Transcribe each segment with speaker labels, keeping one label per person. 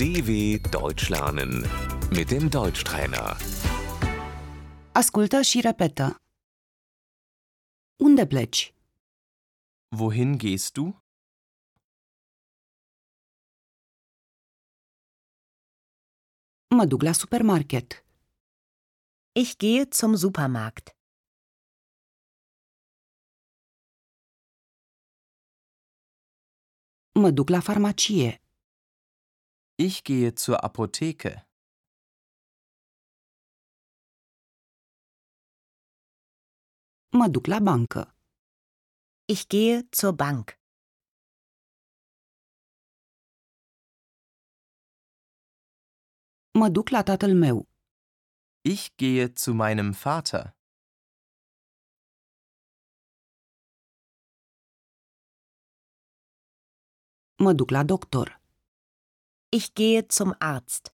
Speaker 1: DW Deutsch lernen mit dem Deutschtrainer.
Speaker 2: Ascultă și repetă. Unde pleci?
Speaker 3: Wohin gehst du?
Speaker 2: Mă duc la supermarket.
Speaker 4: Ich gehe zum Supermarkt.
Speaker 2: Mă duc la farmacie.
Speaker 3: Ich gehe zur Apotheke.
Speaker 2: Mă duc la bancă.
Speaker 4: Ich gehe zur Bank.
Speaker 2: Mă duc la tatăl meu.
Speaker 3: Ich gehe zu meinem Vater.
Speaker 2: Mă duc la doctor.
Speaker 4: Ich gehe zum Arzt.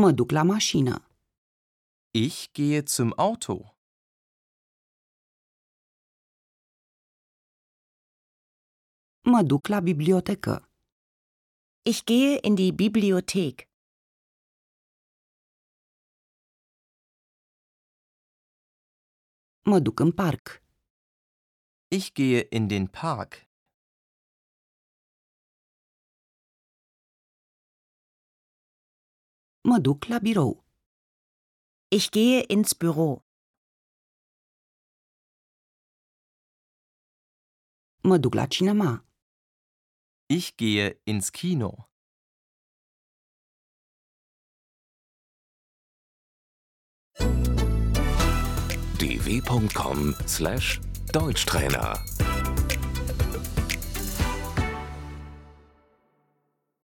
Speaker 2: Mă duc la mașină.
Speaker 3: Ich gehe zum Auto.
Speaker 2: Mă duc la bibliotecă.
Speaker 4: Ich gehe in die Bibliothek.
Speaker 2: Mă duc în parc.
Speaker 3: Ich gehe in den Park.
Speaker 2: Mă duc la birou.
Speaker 4: Ich gehe ins Büro.
Speaker 2: Mă duc la cinema.
Speaker 3: Ich gehe ins Kino.
Speaker 1: dw.com/deutschtrainer